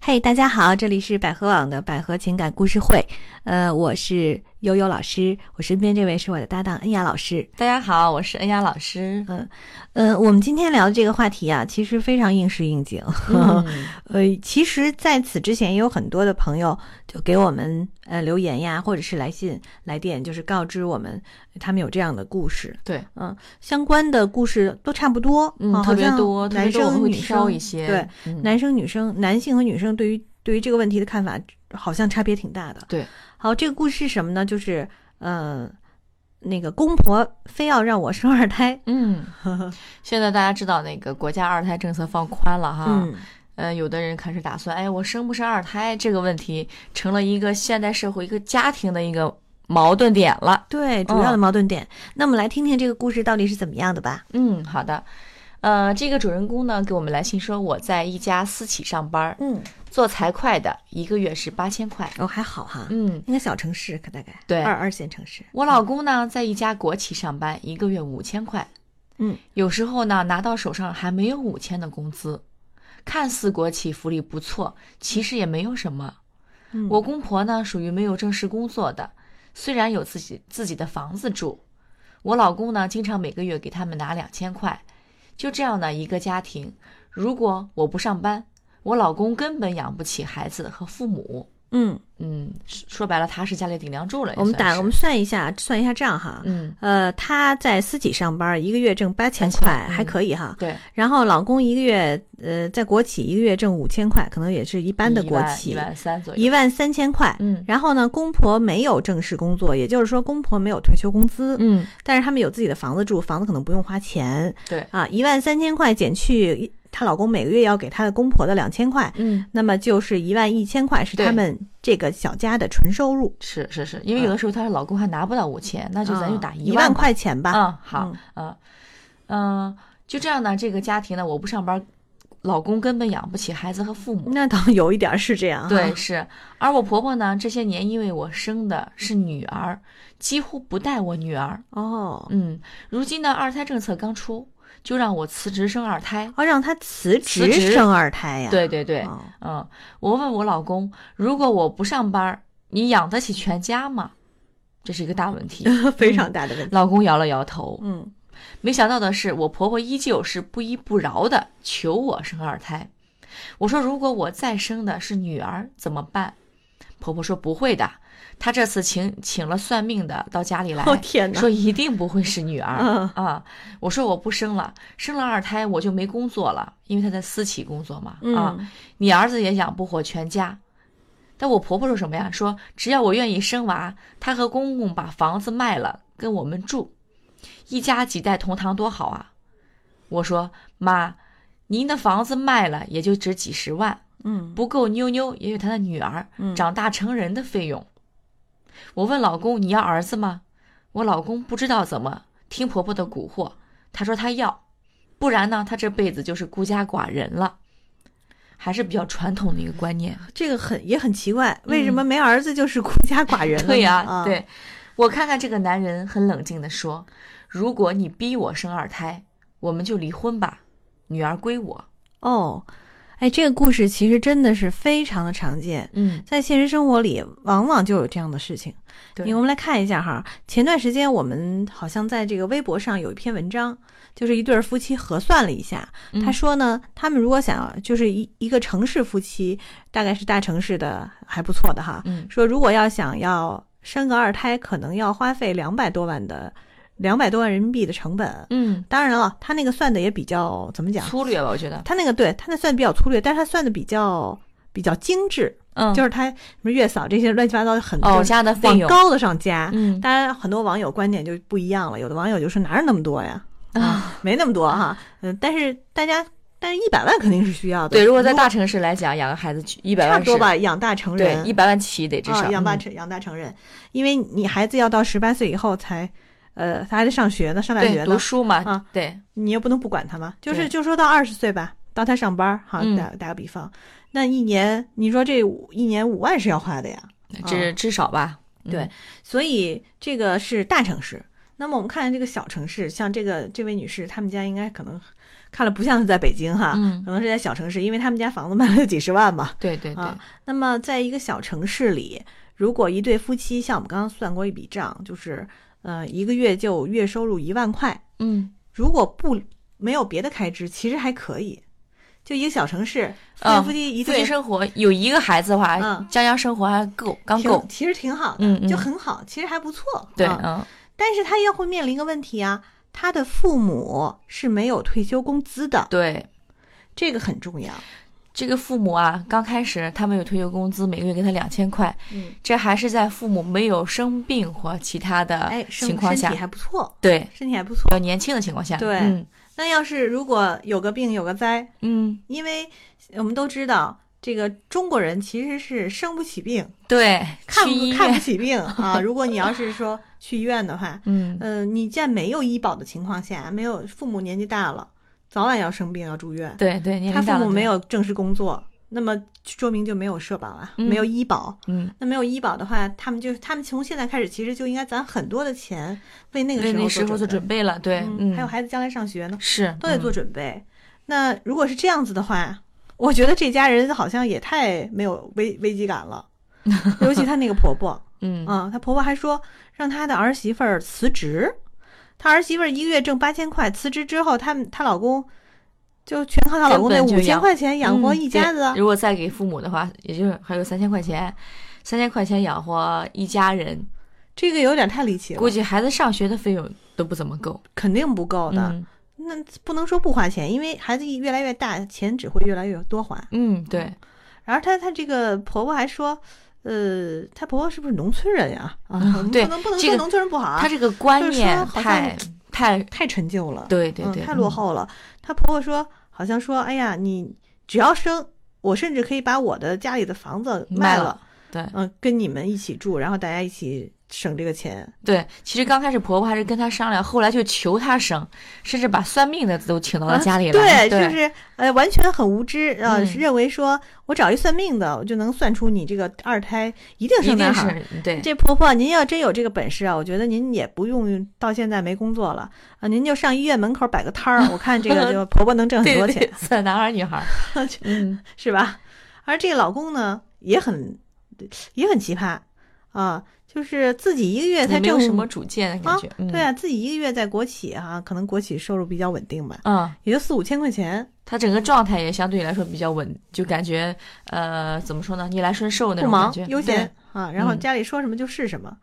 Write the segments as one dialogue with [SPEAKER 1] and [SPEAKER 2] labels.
[SPEAKER 1] 嘿、大家好，这里是百合网的百合情感故事会，呃，我是悠悠老师，我身边这位是我的搭档恩雅老师。
[SPEAKER 2] 大家好，我是恩雅 老师。
[SPEAKER 1] 呃，我们今天聊的这个话题啊，其实非常应时应景。
[SPEAKER 2] 嗯
[SPEAKER 1] 呃，其实在此之前也有很多的朋友就给我们呃留言呀，或者是来信来电，就是告知我们他们有这样的故事。
[SPEAKER 2] 对，
[SPEAKER 1] 嗯、相关的故事都差不多，啊
[SPEAKER 2] 嗯，特别多，
[SPEAKER 1] 好像
[SPEAKER 2] 特别
[SPEAKER 1] 男
[SPEAKER 2] 多，我们
[SPEAKER 1] 生
[SPEAKER 2] 会
[SPEAKER 1] 女
[SPEAKER 2] 挑
[SPEAKER 1] 生
[SPEAKER 2] 一些。
[SPEAKER 1] 对，
[SPEAKER 2] 嗯
[SPEAKER 1] 男生女生，男性和女生对于对于这个问题的看法好像差别挺大的。
[SPEAKER 2] 对，
[SPEAKER 1] 好，这个故事是什么呢？就是呃，那个公婆非要让我生二胎，
[SPEAKER 2] 嗯， 现在大家知道那个国家二胎政策放宽了哈，
[SPEAKER 1] 嗯，
[SPEAKER 2] 呃，有的人开始打算，哎，我生不生二胎这个问题，成了一个现代社会一个家庭的一个矛盾点了。
[SPEAKER 1] 对，主要的矛盾点。
[SPEAKER 2] 哦
[SPEAKER 1] 那我们来听听这个故事到底是怎么样的吧。
[SPEAKER 2] 嗯，好的。呃，这个主人公呢，给我们来信说，我在一家私企上班儿，
[SPEAKER 1] 嗯，
[SPEAKER 2] 做财会的，一个月是八千块。
[SPEAKER 1] 哦，还好哈，
[SPEAKER 2] 嗯，
[SPEAKER 1] 应该小城市可大概
[SPEAKER 2] 对
[SPEAKER 1] 二二线城市。
[SPEAKER 2] 我老公呢，在一家国企上班，一个月五千块。
[SPEAKER 1] 嗯，
[SPEAKER 2] 有时候呢，拿到手上还没有五千的工资。看似国企福利不错，其实也没有什么。
[SPEAKER 1] 嗯
[SPEAKER 2] 我公婆呢，属于没有正式工作的，虽然有自己自己的房子住。我老公呢，经常每个月给他们拿两千块。就这样呢，一个家庭，如果我不上班，我老公根本养不起孩子和父母。
[SPEAKER 1] 嗯，
[SPEAKER 2] 嗯，说说白了，他是家里顶梁柱了。也
[SPEAKER 1] 我们
[SPEAKER 2] 算
[SPEAKER 1] 打
[SPEAKER 2] 是
[SPEAKER 1] 我们算一下，算一下账哈。
[SPEAKER 2] 嗯，
[SPEAKER 1] 呃，她在私企上班，一个月挣八千
[SPEAKER 2] 8000
[SPEAKER 1] 块，
[SPEAKER 2] 嗯
[SPEAKER 1] 还可以哈。
[SPEAKER 2] 对。
[SPEAKER 1] 然后老公一个月，呃，在国企一个月挣五千块，可能也是一般的国
[SPEAKER 2] 一
[SPEAKER 1] 企，
[SPEAKER 2] 万三左右。
[SPEAKER 1] 一万三千块。
[SPEAKER 2] 嗯
[SPEAKER 1] 然后呢，公婆没有正式工作，也就是说公婆没有退休工资，
[SPEAKER 2] 嗯，
[SPEAKER 1] 但是他们有自己的房子住，房子可能不用花钱
[SPEAKER 2] 对，
[SPEAKER 1] 啊。一万三千块减去她老公每个月要给她的公婆的两千块，
[SPEAKER 2] 嗯，
[SPEAKER 1] 那么就是一万一千块是
[SPEAKER 2] 对
[SPEAKER 1] 他们这个小家的纯收入，
[SPEAKER 2] 是是是，因为有的时候她老公还拿不到五千，那就咱就打
[SPEAKER 1] 啊一
[SPEAKER 2] 嗯万
[SPEAKER 1] 万块钱吧。
[SPEAKER 2] 嗯，好，嗯嗯，就这样呢，这个家庭呢，我不上班，老公根本养不起孩子和父母。
[SPEAKER 1] 嗯那倒有一点儿是这样哈。
[SPEAKER 2] 对，是。而我婆婆呢，这些年因为我生的是女儿，几乎不带我女儿。
[SPEAKER 1] 哦，
[SPEAKER 2] 嗯，如今呢，二胎政策刚出，就让我辞职生二胎。
[SPEAKER 1] 哦，让她辞
[SPEAKER 2] 辞
[SPEAKER 1] 职
[SPEAKER 2] 职
[SPEAKER 1] 生二胎呀？
[SPEAKER 2] 对对对，
[SPEAKER 1] 哦
[SPEAKER 2] 嗯，我问我老公，如果我不上班，你养得起全家吗？这是一个大问题。
[SPEAKER 1] 非常大的问题。
[SPEAKER 2] 嗯老公摇了摇头。
[SPEAKER 1] 嗯
[SPEAKER 2] 没想到的是，我婆婆依旧是不依不饶的求我生二胎。我说，如果我再生的是女儿怎么办？婆婆说不会的，她这次请请了算命的到家里来，
[SPEAKER 1] 我哦天哪
[SPEAKER 2] 说一定不会是女儿、
[SPEAKER 1] 嗯
[SPEAKER 2] 啊！我说我不生了，生了二胎我就没工作了，因为她在私企工作嘛、啊。
[SPEAKER 1] 嗯，
[SPEAKER 2] 你儿子也养不活全家。但我婆婆说什么呀？说只要我愿意生娃，她和公公把房子卖了跟我们住，一家几代同堂多好啊！我说妈，您的房子卖了也就值几十万，
[SPEAKER 1] 嗯，
[SPEAKER 2] 不够妞妞也有她的女儿
[SPEAKER 1] 嗯
[SPEAKER 2] 长大成人的费用。我问老公你要儿子吗？我老公不知道怎么听婆婆的蛊惑，他说他要，不然呢他这辈子就是孤家寡人了，还是比较传统的一个观念。
[SPEAKER 1] 这个很也很奇怪，为什么没儿子就是孤家寡人了呢？
[SPEAKER 2] 嗯对呀、
[SPEAKER 1] 啊，
[SPEAKER 2] 对，我看看这个男人很冷静的说：“如果你逼我生二胎，我们就离婚吧，女儿归我。
[SPEAKER 1] 哦，哎，这个故事其实真的是非常的常见”，
[SPEAKER 2] 嗯，
[SPEAKER 1] 在现实生活里往往就有这样的事情。
[SPEAKER 2] 对
[SPEAKER 1] 因为我们来看一下哈，前段时间我们好像在这个微博上有一篇文章，就是一对儿夫妻核算了一下，
[SPEAKER 2] 嗯
[SPEAKER 1] 他说呢，他们如果想要就是一一个城市夫妻，大概是大城市的还不错的哈，
[SPEAKER 2] 嗯
[SPEAKER 1] 说如果要想要生个二胎，可能要花费两百多万的两百多万人民币的成本。
[SPEAKER 2] 嗯，
[SPEAKER 1] 当然了，他那个算的也比较怎么讲？
[SPEAKER 2] 粗略吧，我觉得，
[SPEAKER 1] 他那个对他那算比较粗略，但是他算的比较比较精致，
[SPEAKER 2] 嗯，
[SPEAKER 1] 就是是他什么月嫂这些乱七八糟的很
[SPEAKER 2] 哦
[SPEAKER 1] 就是
[SPEAKER 2] 家的费
[SPEAKER 1] 往
[SPEAKER 2] 用，
[SPEAKER 1] 高的上加。
[SPEAKER 2] 嗯
[SPEAKER 1] 当然，很多网友观点就不一样了，有的网友就说哪有那么多呀，
[SPEAKER 2] 啊，
[SPEAKER 1] 没那么多哈。嗯，但是大家，但是一百万肯定是需要的。
[SPEAKER 2] 对，如果在大城市来讲，养个孩子一百
[SPEAKER 1] 差
[SPEAKER 2] 万
[SPEAKER 1] 不
[SPEAKER 2] 是
[SPEAKER 1] 多，吧，养大成人
[SPEAKER 2] 对，一百万起得至
[SPEAKER 1] 啊，
[SPEAKER 2] 少
[SPEAKER 1] 养大
[SPEAKER 2] 嗯
[SPEAKER 1] 成养大成人，因为你孩子要到十八岁以后才，呃，他还得上学呢，上大学
[SPEAKER 2] 对，
[SPEAKER 1] 呢
[SPEAKER 2] 读，书嘛，
[SPEAKER 1] 啊
[SPEAKER 2] 对，
[SPEAKER 1] 你又不能不管他嘛。就是
[SPEAKER 2] 对
[SPEAKER 1] 就说到二十岁吧，到他上班儿哈，
[SPEAKER 2] 嗯
[SPEAKER 1] 打打个比方，那一年你说这五一年五万是要花的呀，啊
[SPEAKER 2] 至至少吧，嗯
[SPEAKER 1] 对所以这个是大城市。那么我们看这个小城市，像这个这位女士，他们家应该可能看了不像是在北京哈，
[SPEAKER 2] 嗯
[SPEAKER 1] 可能是在小城市，因为他们家房子卖了几十万嘛。
[SPEAKER 2] 对对对，
[SPEAKER 1] 啊，那么在一个小城市里，如果一对夫妻，像我们刚刚算过一笔账，就是呃一个月就月收入一万块，
[SPEAKER 2] 嗯，
[SPEAKER 1] 如果不没有别的开支，其实还可以。就一个小城市，夫妻
[SPEAKER 2] 嗯
[SPEAKER 1] 夫妻一
[SPEAKER 2] 夫
[SPEAKER 1] 对
[SPEAKER 2] 妻生活有一个孩子的话，
[SPEAKER 1] 嗯啊
[SPEAKER 2] 将将生活还够刚
[SPEAKER 1] 挺
[SPEAKER 2] 够，
[SPEAKER 1] 其实挺好的，
[SPEAKER 2] 嗯嗯
[SPEAKER 1] 就很好，其实还不错。
[SPEAKER 2] 对，
[SPEAKER 1] 啊
[SPEAKER 2] 嗯
[SPEAKER 1] 但是他要会面临一个问题啊，他的父母是没有退休工资的，
[SPEAKER 2] 对。
[SPEAKER 1] 这个很重要。
[SPEAKER 2] 这个父母啊，刚开始他们有退休工资，每个月给他两千块，
[SPEAKER 1] 嗯，
[SPEAKER 2] 这还是在父母没有生病或其他的
[SPEAKER 1] 哎，身
[SPEAKER 2] 呃情况
[SPEAKER 1] 身
[SPEAKER 2] 下，
[SPEAKER 1] 体还不错，
[SPEAKER 2] 对，
[SPEAKER 1] 身体还不错
[SPEAKER 2] 比。较年轻的情况下，
[SPEAKER 1] 对
[SPEAKER 2] 嗯
[SPEAKER 1] 那要是如果有个病有个灾，
[SPEAKER 2] 嗯，
[SPEAKER 1] 因为我们都知道，这个中国人其实是生不起病，
[SPEAKER 2] 对，
[SPEAKER 1] 看
[SPEAKER 2] 去医
[SPEAKER 1] 不
[SPEAKER 2] 院
[SPEAKER 1] 看不起 病啊。如果你要是说去医院的话，
[SPEAKER 2] 嗯，
[SPEAKER 1] 嗯、你在没有医保的情况下，没有父母年纪大了，早晚要生病要住院，
[SPEAKER 2] 对对，年
[SPEAKER 1] 他
[SPEAKER 2] 龄
[SPEAKER 1] 父
[SPEAKER 2] 大了
[SPEAKER 1] 母没
[SPEAKER 2] 对，
[SPEAKER 1] 有正式工作，那么说明就没有社保啊，
[SPEAKER 2] 嗯
[SPEAKER 1] 没有医保。
[SPEAKER 2] 嗯，
[SPEAKER 1] 那没有医保的话，他们就他们从现在开始，其实就应该攒很多的钱，为那个
[SPEAKER 2] 为
[SPEAKER 1] 时
[SPEAKER 2] 那
[SPEAKER 1] 候
[SPEAKER 2] 个时候做
[SPEAKER 1] 准
[SPEAKER 2] 准备了，对，
[SPEAKER 1] 嗯，
[SPEAKER 2] 嗯，
[SPEAKER 1] 还有孩子将来上学呢，
[SPEAKER 2] 是
[SPEAKER 1] 都得做
[SPEAKER 2] 嗯
[SPEAKER 1] 准备。那如果是这样子的话，我觉得这家人好像也太没有危危机感 了，尤其她那个婆婆
[SPEAKER 2] 嗯
[SPEAKER 1] 啊，她婆婆还说让她的儿媳妇儿辞职，她儿媳妇儿一个月挣八千块，辞职之后，她们她老公就全靠她老公那
[SPEAKER 2] 根本
[SPEAKER 1] 五
[SPEAKER 2] 就养
[SPEAKER 1] 千块钱养活
[SPEAKER 2] 嗯
[SPEAKER 1] 一家
[SPEAKER 2] 对
[SPEAKER 1] 子啊。
[SPEAKER 2] 如果再给父母的话，也就是还有三千块钱，三千块钱养活一家人，
[SPEAKER 1] 这个有点太离奇了，
[SPEAKER 2] 估计孩子上学的费用都不怎么够。
[SPEAKER 1] 肯定不够的。
[SPEAKER 2] 嗯
[SPEAKER 1] 那不能说不花钱，因为孩子越来越大，钱只会越来越多花。
[SPEAKER 2] 嗯，对，
[SPEAKER 1] 然后她她这个婆婆还说，呃，她婆婆是不是农村人呀？啊，我们
[SPEAKER 2] 对
[SPEAKER 1] 不能不能
[SPEAKER 2] 这
[SPEAKER 1] 说
[SPEAKER 2] 个
[SPEAKER 1] 农村人不好啊，
[SPEAKER 2] 他这个观
[SPEAKER 1] 就是
[SPEAKER 2] 念
[SPEAKER 1] 说好像
[SPEAKER 2] 太太，
[SPEAKER 1] 太陈旧了，
[SPEAKER 2] 对对对，
[SPEAKER 1] 嗯，太落
[SPEAKER 2] 嗯。
[SPEAKER 1] 后了。她婆婆说，好像说，哎呀，你只要生，我甚至可以把我的家里的房子
[SPEAKER 2] 卖
[SPEAKER 1] 了，
[SPEAKER 2] 了对
[SPEAKER 1] 嗯，跟你们一起住，然后大家一起省这个钱。
[SPEAKER 2] 对，其实刚开始婆婆还是跟她商量，后来就求她生，甚至把算命的都请到了家里来。
[SPEAKER 1] 啊对，就是呃，完全很无知，呃，
[SPEAKER 2] 嗯
[SPEAKER 1] 是认为说我找一算命的，我就能算出你这个二胎一定
[SPEAKER 2] 一
[SPEAKER 1] 生男
[SPEAKER 2] 定
[SPEAKER 1] 孩儿。
[SPEAKER 2] 是对，
[SPEAKER 1] 这婆婆，您要真有这个本事啊，我觉得您也不用到现在没工作了啊，您就上医院门口摆个摊儿，我看这个 就婆婆能挣很
[SPEAKER 2] 对
[SPEAKER 1] 多
[SPEAKER 2] 对
[SPEAKER 1] 钱，
[SPEAKER 2] 对，算男孩儿女 孩儿。嗯，
[SPEAKER 1] 是吧？而这个老公呢，也很也很奇葩啊，就是自己一个月
[SPEAKER 2] 也
[SPEAKER 1] 才
[SPEAKER 2] 没有
[SPEAKER 1] 挣
[SPEAKER 2] 什么主见的感觉。嗯
[SPEAKER 1] 对，啊，自己一个月在国企哈、可能国企收入比较稳定吧，
[SPEAKER 2] 嗯，
[SPEAKER 1] 也就四五千块钱，
[SPEAKER 2] 她整个状态也相对来说比较稳，就感觉呃，怎么说呢，逆来顺受那
[SPEAKER 1] 不
[SPEAKER 2] 种感
[SPEAKER 1] 忙
[SPEAKER 2] 觉，
[SPEAKER 1] 悠闲啊，然后
[SPEAKER 2] 嗯
[SPEAKER 1] 家里说什么就是什么。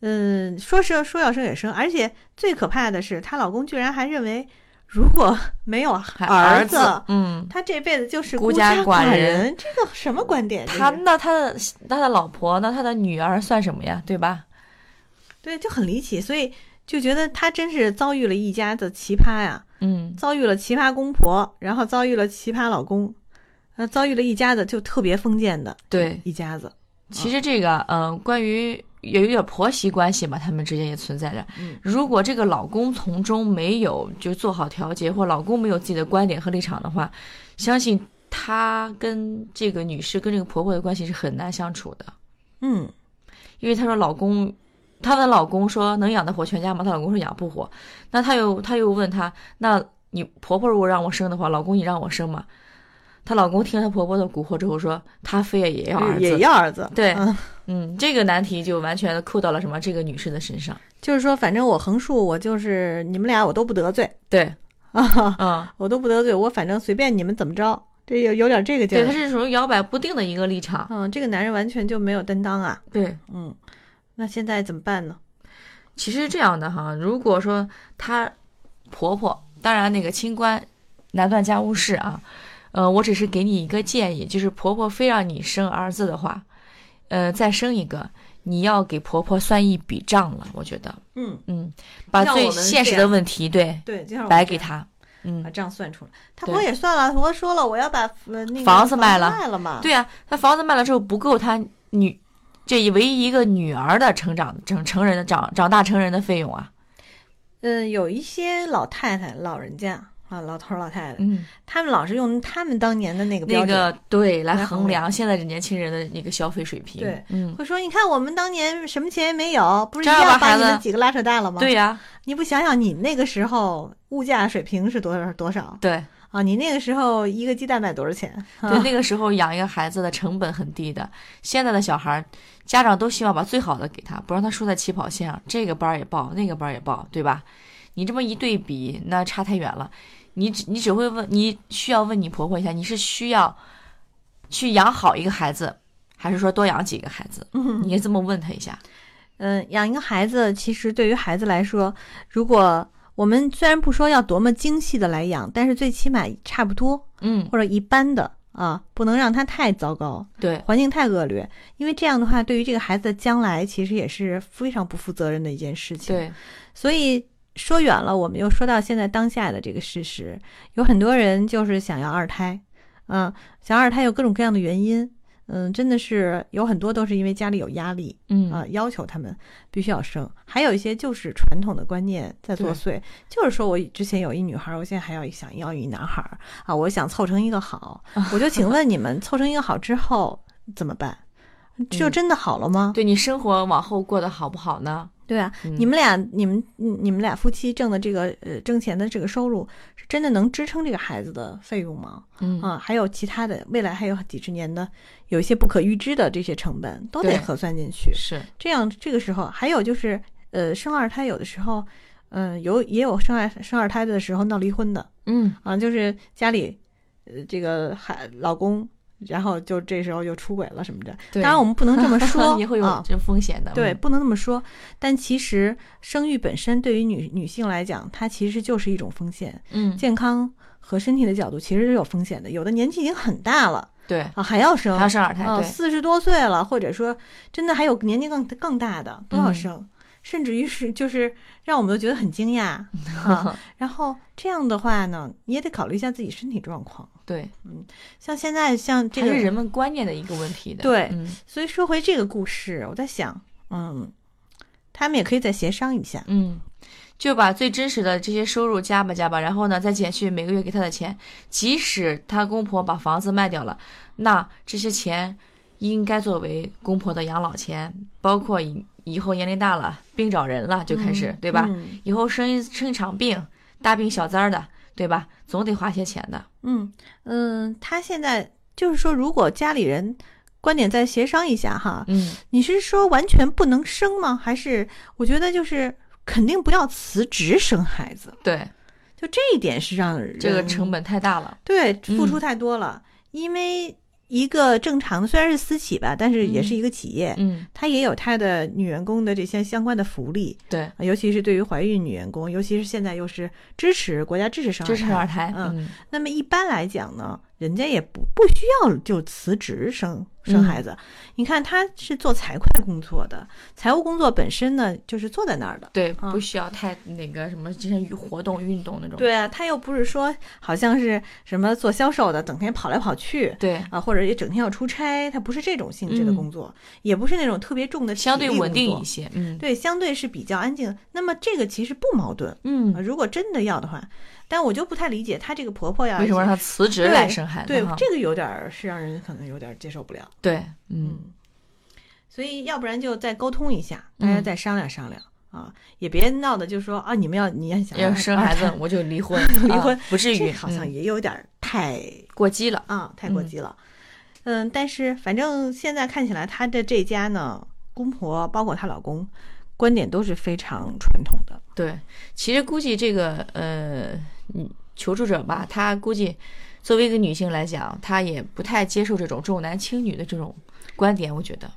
[SPEAKER 1] 嗯，说生说要生也生，而且最可怕的是，她老公居然还认为，如果 没有
[SPEAKER 2] 对，还
[SPEAKER 1] 儿
[SPEAKER 2] 子，嗯。
[SPEAKER 1] 他这辈子就是
[SPEAKER 2] 孤
[SPEAKER 1] 家
[SPEAKER 2] 家寡
[SPEAKER 1] 人，
[SPEAKER 2] 人
[SPEAKER 1] 这个什么观点？
[SPEAKER 2] 他
[SPEAKER 1] 这是
[SPEAKER 2] 那他的那他的老婆那他的女儿算什么呀？对吧？
[SPEAKER 1] 对就很离奇，所以就觉得他真是遭遇了一家子奇葩呀，
[SPEAKER 2] 嗯，
[SPEAKER 1] 遭遇了奇葩公婆，然后遭遇了奇葩老公，呃，遭遇了一家子就特别封建的
[SPEAKER 2] 对。
[SPEAKER 1] 一家子。
[SPEAKER 2] 其实这个，嗯、关于也有点婆媳关系嘛，他们之间也存在着。
[SPEAKER 1] 嗯
[SPEAKER 2] 如果这个老公从中没有就做好调节，或老公没有自己的观点和立场的话，相信他跟这个女士跟这个婆婆的关系是很难相处的。
[SPEAKER 1] 嗯，
[SPEAKER 2] 因为她说老公，她问老公说能养得活全家吗？她老公说养不活。那她又她又问她，那你婆婆如果让我生的话，老公你让我生吗？她老公听了她婆婆的蛊惑之后说，她非也也要儿子，
[SPEAKER 1] 也要儿子。
[SPEAKER 2] 对
[SPEAKER 1] 嗯
[SPEAKER 2] 嗯，这个难题就完全的扣到了什么这个女士的身上。
[SPEAKER 1] 就是说，反正我横竖我就是你们俩我都不得罪
[SPEAKER 2] 对，
[SPEAKER 1] 啊，
[SPEAKER 2] 嗯，
[SPEAKER 1] 我都不得罪，我反正随便你们怎么着，这有有点这个劲
[SPEAKER 2] 对，她
[SPEAKER 1] 儿。
[SPEAKER 2] 是属于摇摆不定的一个立场。
[SPEAKER 1] 嗯，这个男人完全就没有担当啊。
[SPEAKER 2] 对，
[SPEAKER 1] 嗯，那现在怎么办呢？
[SPEAKER 2] 其实这样的哈，如果说她婆婆，当然那个清官难断家务事啊，呃，我只是给你一个建议，就是婆婆非让你生儿子的话，呃，再生一个，你要给婆婆算一笔账了。我觉得，
[SPEAKER 1] 嗯，
[SPEAKER 2] 嗯，把
[SPEAKER 1] 像
[SPEAKER 2] 最
[SPEAKER 1] 我们
[SPEAKER 2] 现
[SPEAKER 1] 这
[SPEAKER 2] 实的
[SPEAKER 1] 样
[SPEAKER 2] 问题对
[SPEAKER 1] 对，就像我
[SPEAKER 2] 摆
[SPEAKER 1] 这
[SPEAKER 2] 给
[SPEAKER 1] 样
[SPEAKER 2] 她，嗯
[SPEAKER 1] 把，账算出来。他
[SPEAKER 2] 对
[SPEAKER 1] 不也算了，我说了我要把呃那个
[SPEAKER 2] 房子卖了
[SPEAKER 1] 卖了嘛。
[SPEAKER 2] 对呀、她房子卖了之后不够她女这唯一一个女儿的成长成成人的长长大成人的费用啊。
[SPEAKER 1] 嗯，有一些老太太、老人家啊，老头儿老太太，
[SPEAKER 2] 嗯，
[SPEAKER 1] 他们老是用他们当年的那个标
[SPEAKER 2] 那
[SPEAKER 1] 准，
[SPEAKER 2] 个对来
[SPEAKER 1] 来
[SPEAKER 2] 衡
[SPEAKER 1] 衡
[SPEAKER 2] 量现在的年轻人的一个消费水平。
[SPEAKER 1] 对，
[SPEAKER 2] 嗯，
[SPEAKER 1] 会说你看我们当年什么钱也没有，不是一
[SPEAKER 2] 这儿吧
[SPEAKER 1] 样把
[SPEAKER 2] 孩
[SPEAKER 1] 你
[SPEAKER 2] 子
[SPEAKER 1] 们几个拉扯大了吗？
[SPEAKER 2] 对，呀、
[SPEAKER 1] 你不想想你那个时候物价水平是多少多少
[SPEAKER 2] 对
[SPEAKER 1] 啊？你那个时候一个鸡蛋卖多少钱？
[SPEAKER 2] 对、那个时候养一个孩子的成本很低的，现在的小孩儿家长都希望把最好的给他，不让他输在起跑线上，这个班儿也报，那个班儿也报，对吧？你这么一对比，那差太远了。你只你只会问，你需要问你婆婆一下，你是需要去养好一个孩子，还是说多养几个孩子？你可以这么问她一下。
[SPEAKER 1] 嗯，养一个孩子，其实对于孩子来说，如果我们虽然不说要多么精细的来养，但是最起码差不多
[SPEAKER 2] 嗯，
[SPEAKER 1] 或者一般的啊，不能让他太糟糕，
[SPEAKER 2] 对，
[SPEAKER 1] 环境太恶劣，因为这样的话，对于这个孩子的将来其实也是非常不负责任的一件事情。，
[SPEAKER 2] 对，
[SPEAKER 1] 所以说远了，我们又说到现在当下的这个事实，有很多人就是想要二胎，嗯，想要二胎有各种各样的原因，嗯，真的是有很多都是因为家里有压力，
[SPEAKER 2] 嗯
[SPEAKER 1] 啊、要求他们必须要生。还有一些就是传统的观念在作祟，就是说我之前有一女孩儿，我现在还要想要一男孩儿啊，我想凑成一个 好。我就请问你们，凑成一个好之后怎么办？就
[SPEAKER 2] 嗯
[SPEAKER 1] 真的好了吗？
[SPEAKER 2] 对你生活往后过得好不好呢？
[SPEAKER 1] 对啊，
[SPEAKER 2] 嗯
[SPEAKER 1] 你们俩、你们、你你们俩夫妻挣的这个呃挣钱的这个收入，是真的能支撑这个孩子的费用吗？
[SPEAKER 2] 嗯
[SPEAKER 1] 啊，还有其他的，未来还有几十年的，有一些不可预知的这些成本都得
[SPEAKER 2] 对
[SPEAKER 1] 核算进去。
[SPEAKER 2] 是，
[SPEAKER 1] 这样这个时候，还有就是，呃，生二胎有的时候，嗯、有也有生二生二胎的时候闹离婚的
[SPEAKER 2] 嗯，
[SPEAKER 1] 啊，就是家里，呃，这个还老公，然后就这时候就出轨了什么的。
[SPEAKER 2] 对
[SPEAKER 1] 当然，我们不能 这么说，
[SPEAKER 2] 也会有
[SPEAKER 1] 啊
[SPEAKER 2] 这风险的。
[SPEAKER 1] 对，
[SPEAKER 2] 嗯，
[SPEAKER 1] 不能这么说。但其实生育本身对于女女性来讲，它其实就是一种风险，
[SPEAKER 2] 嗯，
[SPEAKER 1] 健康和身体的角度其实是有风险的。有的年纪已经很大了
[SPEAKER 2] 对，
[SPEAKER 1] 啊，还要生
[SPEAKER 2] 还，要生二胎，
[SPEAKER 1] 啊，
[SPEAKER 2] 对，
[SPEAKER 1] 四十多岁了，或者说真的还有年纪更更大的都要
[SPEAKER 2] 嗯
[SPEAKER 1] 生，甚至于是就是让我们都觉得很惊讶 啊。然后这样的话呢，你也得考虑一下自己身体状况。
[SPEAKER 2] 对，
[SPEAKER 1] 像现在像这
[SPEAKER 2] 还是
[SPEAKER 1] 个，
[SPEAKER 2] 人们观念的一个问题的。
[SPEAKER 1] 对
[SPEAKER 2] 嗯
[SPEAKER 1] 所以说回这个故事，我在想，嗯，他们也可以再协商一下。
[SPEAKER 2] 嗯，就把最真实的这些收入加吧加吧，然后呢再减去每个月给他的钱，即使他公婆把房子卖掉了，那这些钱应该作为公婆的养老钱，包括以以后年龄大了病找人了就开始，对吧？
[SPEAKER 1] 嗯
[SPEAKER 2] 以后生一生一场病，大病小灾儿的，对吧？总得花些钱的。
[SPEAKER 1] 嗯嗯，他现在就是说，如果家里人观点再协商一下哈，
[SPEAKER 2] 嗯，
[SPEAKER 1] 你是说完全不能生吗？还是我觉得就是肯定不要辞职生孩子？
[SPEAKER 2] 对，
[SPEAKER 1] 就这一点是让人
[SPEAKER 2] 这个成本太大了。
[SPEAKER 1] 对
[SPEAKER 2] 嗯
[SPEAKER 1] 付出太多了，因为一个正常的虽然是私企吧，但是也是
[SPEAKER 2] 嗯
[SPEAKER 1] 一个企业，
[SPEAKER 2] 嗯，
[SPEAKER 1] 它也有它的女员工的这些相关的福利，
[SPEAKER 2] 对，
[SPEAKER 1] 尤其是对于怀孕女员工，尤其是现在又是支持国家支持生
[SPEAKER 2] 这是二
[SPEAKER 1] 胎。
[SPEAKER 2] 胎。
[SPEAKER 1] 嗯
[SPEAKER 2] 嗯，
[SPEAKER 1] 那么一般来讲呢，人家也不不需要就辞职生
[SPEAKER 2] 嗯
[SPEAKER 1] 生孩子。你看他是做财会工作的，财务工作本身呢就是坐在那儿的，
[SPEAKER 2] 对，
[SPEAKER 1] 嗯
[SPEAKER 2] 不需要太那个什么，这些活动运动那种。
[SPEAKER 1] 对啊，他又不是说好像是什么做销售的，整天跑来跑去
[SPEAKER 2] 对，
[SPEAKER 1] 啊，或者也整天要出差，他不是这种性质的
[SPEAKER 2] 嗯
[SPEAKER 1] 工作，也不是那种特别重的体
[SPEAKER 2] 相对
[SPEAKER 1] 力
[SPEAKER 2] 稳
[SPEAKER 1] 工
[SPEAKER 2] 定
[SPEAKER 1] 作
[SPEAKER 2] 一。些。嗯
[SPEAKER 1] 对，相对是比较安静。那么这个其实不矛盾，啊
[SPEAKER 2] 嗯，
[SPEAKER 1] 如果真的要的话，但我就不太理解她这个婆婆呀，
[SPEAKER 2] 为什么让他辞职来生孩子？
[SPEAKER 1] 对
[SPEAKER 2] 哈
[SPEAKER 1] 这个有点儿是让人可能有点儿接受不了。
[SPEAKER 2] 对，嗯，
[SPEAKER 1] 所以要不然就再沟通一下，大家
[SPEAKER 2] 嗯
[SPEAKER 1] 再商量商量、啊，也别闹的就说啊，你们要你要想
[SPEAKER 2] 要生孩 子
[SPEAKER 1] 啊，
[SPEAKER 2] 我就离婚
[SPEAKER 1] 离婚
[SPEAKER 2] 啊不至
[SPEAKER 1] 这
[SPEAKER 2] 于，
[SPEAKER 1] 好像
[SPEAKER 2] 嗯
[SPEAKER 1] 也有点儿太
[SPEAKER 2] 过激了。
[SPEAKER 1] 啊，太过
[SPEAKER 2] 嗯
[SPEAKER 1] 激了。嗯，但是反正现在看起来，她的这家呢，公婆包括她老公，观点都是非常传统的。
[SPEAKER 2] 对，其实估计这个呃，嗯求助者吧，她估计作为一个女性来讲，她也不太接受这种重男轻女的这种观点。我觉得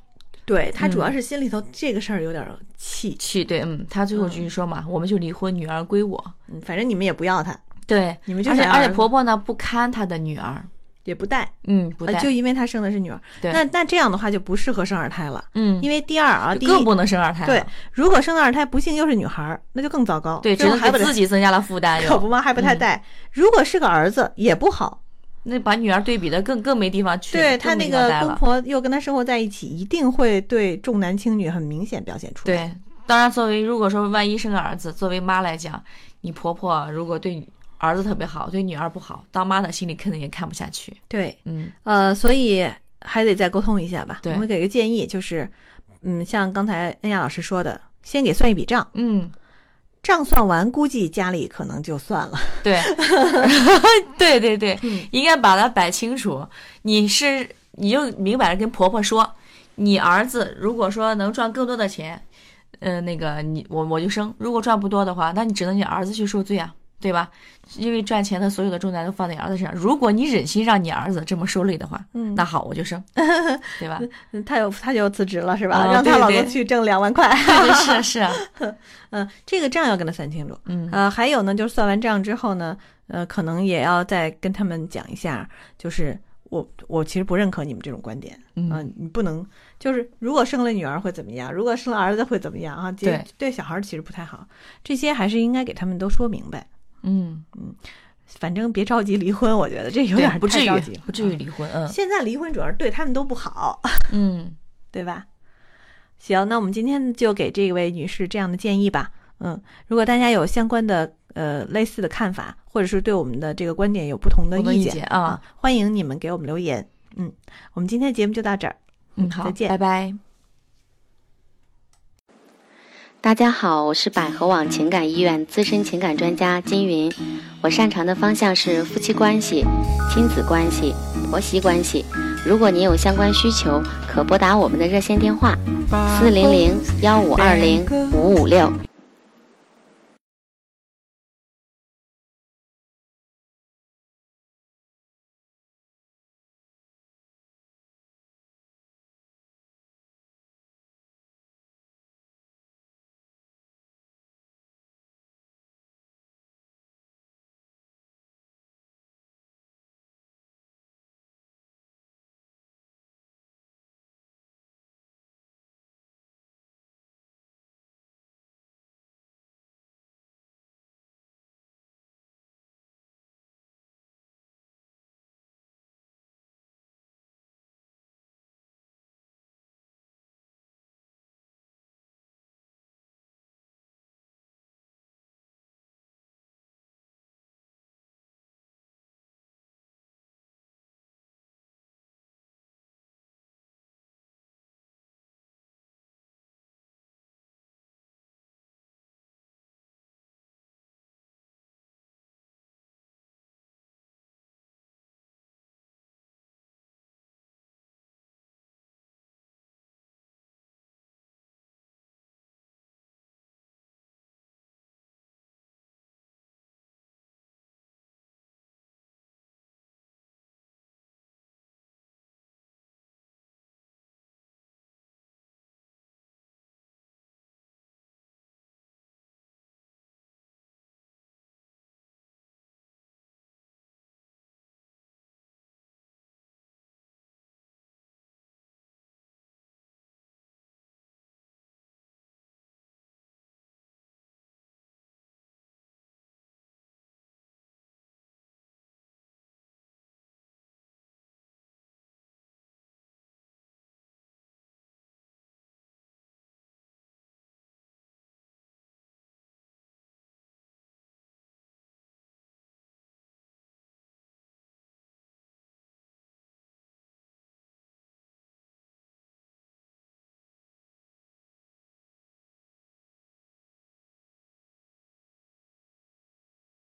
[SPEAKER 1] 对她主要
[SPEAKER 2] 嗯
[SPEAKER 1] 是心里头这个事儿有点儿气，
[SPEAKER 2] 气对，嗯，她最后就是说嘛，我们就离婚，女儿归我。
[SPEAKER 1] 嗯反正你们也不要她，
[SPEAKER 2] 对，
[SPEAKER 1] 你们就
[SPEAKER 2] 而且
[SPEAKER 1] 想要
[SPEAKER 2] 而且
[SPEAKER 1] 儿子
[SPEAKER 2] 婆婆呢不堪她的女儿，
[SPEAKER 1] 也不带，
[SPEAKER 2] 嗯，不
[SPEAKER 1] 呃
[SPEAKER 2] 带，
[SPEAKER 1] 就因为她生的是女儿。
[SPEAKER 2] 对
[SPEAKER 1] 那那这样的话就不适合生二胎了，
[SPEAKER 2] 嗯，
[SPEAKER 1] 因为第二啊，
[SPEAKER 2] 就
[SPEAKER 1] 第
[SPEAKER 2] 更
[SPEAKER 1] 一。
[SPEAKER 2] 不能生二胎
[SPEAKER 1] 对
[SPEAKER 2] 了，，
[SPEAKER 1] 如果生的二胎不幸又是女孩儿，那就更糟糕。
[SPEAKER 2] 对，
[SPEAKER 1] 最
[SPEAKER 2] 只
[SPEAKER 1] 后
[SPEAKER 2] 能
[SPEAKER 1] 还不
[SPEAKER 2] 给
[SPEAKER 1] 得
[SPEAKER 2] 自己增加了负担
[SPEAKER 1] 可
[SPEAKER 2] 哟。
[SPEAKER 1] 不嘛，还不太
[SPEAKER 2] 嗯
[SPEAKER 1] 带。如果是个儿子也不好，
[SPEAKER 2] 那把女儿对比的更更没地方去了，
[SPEAKER 1] 对他
[SPEAKER 2] 更没
[SPEAKER 1] 那
[SPEAKER 2] 地方
[SPEAKER 1] 个
[SPEAKER 2] 待
[SPEAKER 1] 公
[SPEAKER 2] 了。
[SPEAKER 1] 婆又跟他生活在一起，一定会对重男轻女很明显表现出来。
[SPEAKER 2] 对，当然作为如果说万一生个儿子，作为妈来讲，你婆婆如果对儿子特别好，对女儿不好，当妈的心里肯定也看不下去。
[SPEAKER 1] 对，
[SPEAKER 2] 嗯
[SPEAKER 1] 呃，所以还得再沟通一下吧。
[SPEAKER 2] 对
[SPEAKER 1] 我会给个建议，就是，嗯，像刚才恩雅老师说的，先给算一笔账，
[SPEAKER 2] 嗯，
[SPEAKER 1] 账算完，估计家里可能就算了。
[SPEAKER 2] 对，对对对，
[SPEAKER 1] 嗯
[SPEAKER 2] 应该把它摆清楚。你是你就明摆着跟婆婆说，你儿子如果说能赚更多的钱，呃，那个你我我就生；如果赚不多的话，那你只能你儿子去受罪啊，对吧？因为赚钱的所有的重担都放在你儿子身上。如果你忍心让你儿子这么受累的话，
[SPEAKER 1] 嗯
[SPEAKER 2] 那好，我 就生，对吧？
[SPEAKER 1] 嗯他有他就辞职了是吧？
[SPEAKER 2] 啊
[SPEAKER 1] 让她
[SPEAKER 2] 对
[SPEAKER 1] 老
[SPEAKER 2] 对
[SPEAKER 1] 公去挣两万块。
[SPEAKER 2] 是啊是啊，
[SPEAKER 1] 嗯、这个账要跟他算清楚。
[SPEAKER 2] 嗯
[SPEAKER 1] 呃，还有呢，就是算完账之后呢，呃，可能也要再跟他们讲一下，就是我我其实不认可你们这种观点啊、
[SPEAKER 2] 嗯，
[SPEAKER 1] 你不能就是如果生了女儿会怎么样，如果生了儿子会怎么样啊？其实
[SPEAKER 2] 对
[SPEAKER 1] 对小孩儿其实不太好，这些还是应该给他们都说明白。
[SPEAKER 2] 嗯，
[SPEAKER 1] 反正别着急离婚，我觉得这有
[SPEAKER 2] 对
[SPEAKER 1] 点，
[SPEAKER 2] 不至
[SPEAKER 1] 太
[SPEAKER 2] 于
[SPEAKER 1] 着急了，啊
[SPEAKER 2] 不至于离婚，嗯
[SPEAKER 1] 现在离婚主要是对他们都不好。
[SPEAKER 2] 嗯，
[SPEAKER 1] 对吧？行，那我们今天就给这位女士这样的建议吧。嗯，如果大家有相关的呃类似的看法，或者是对我们的这个观点有不同的
[SPEAKER 2] 我的
[SPEAKER 1] 意见
[SPEAKER 2] 见啊，
[SPEAKER 1] 欢迎你们给我们留言。嗯，我们今天的节目就到这儿。
[SPEAKER 2] 嗯好，
[SPEAKER 1] 啊再见
[SPEAKER 2] 拜拜。
[SPEAKER 3] 大家好，我是百合网情感医院资深情感专家金云。我擅长的方向是夫妻关系、亲子关系、婆媳关系。如果您有相关需求，可拨打我们的热线电话四零零幺五二零五五六。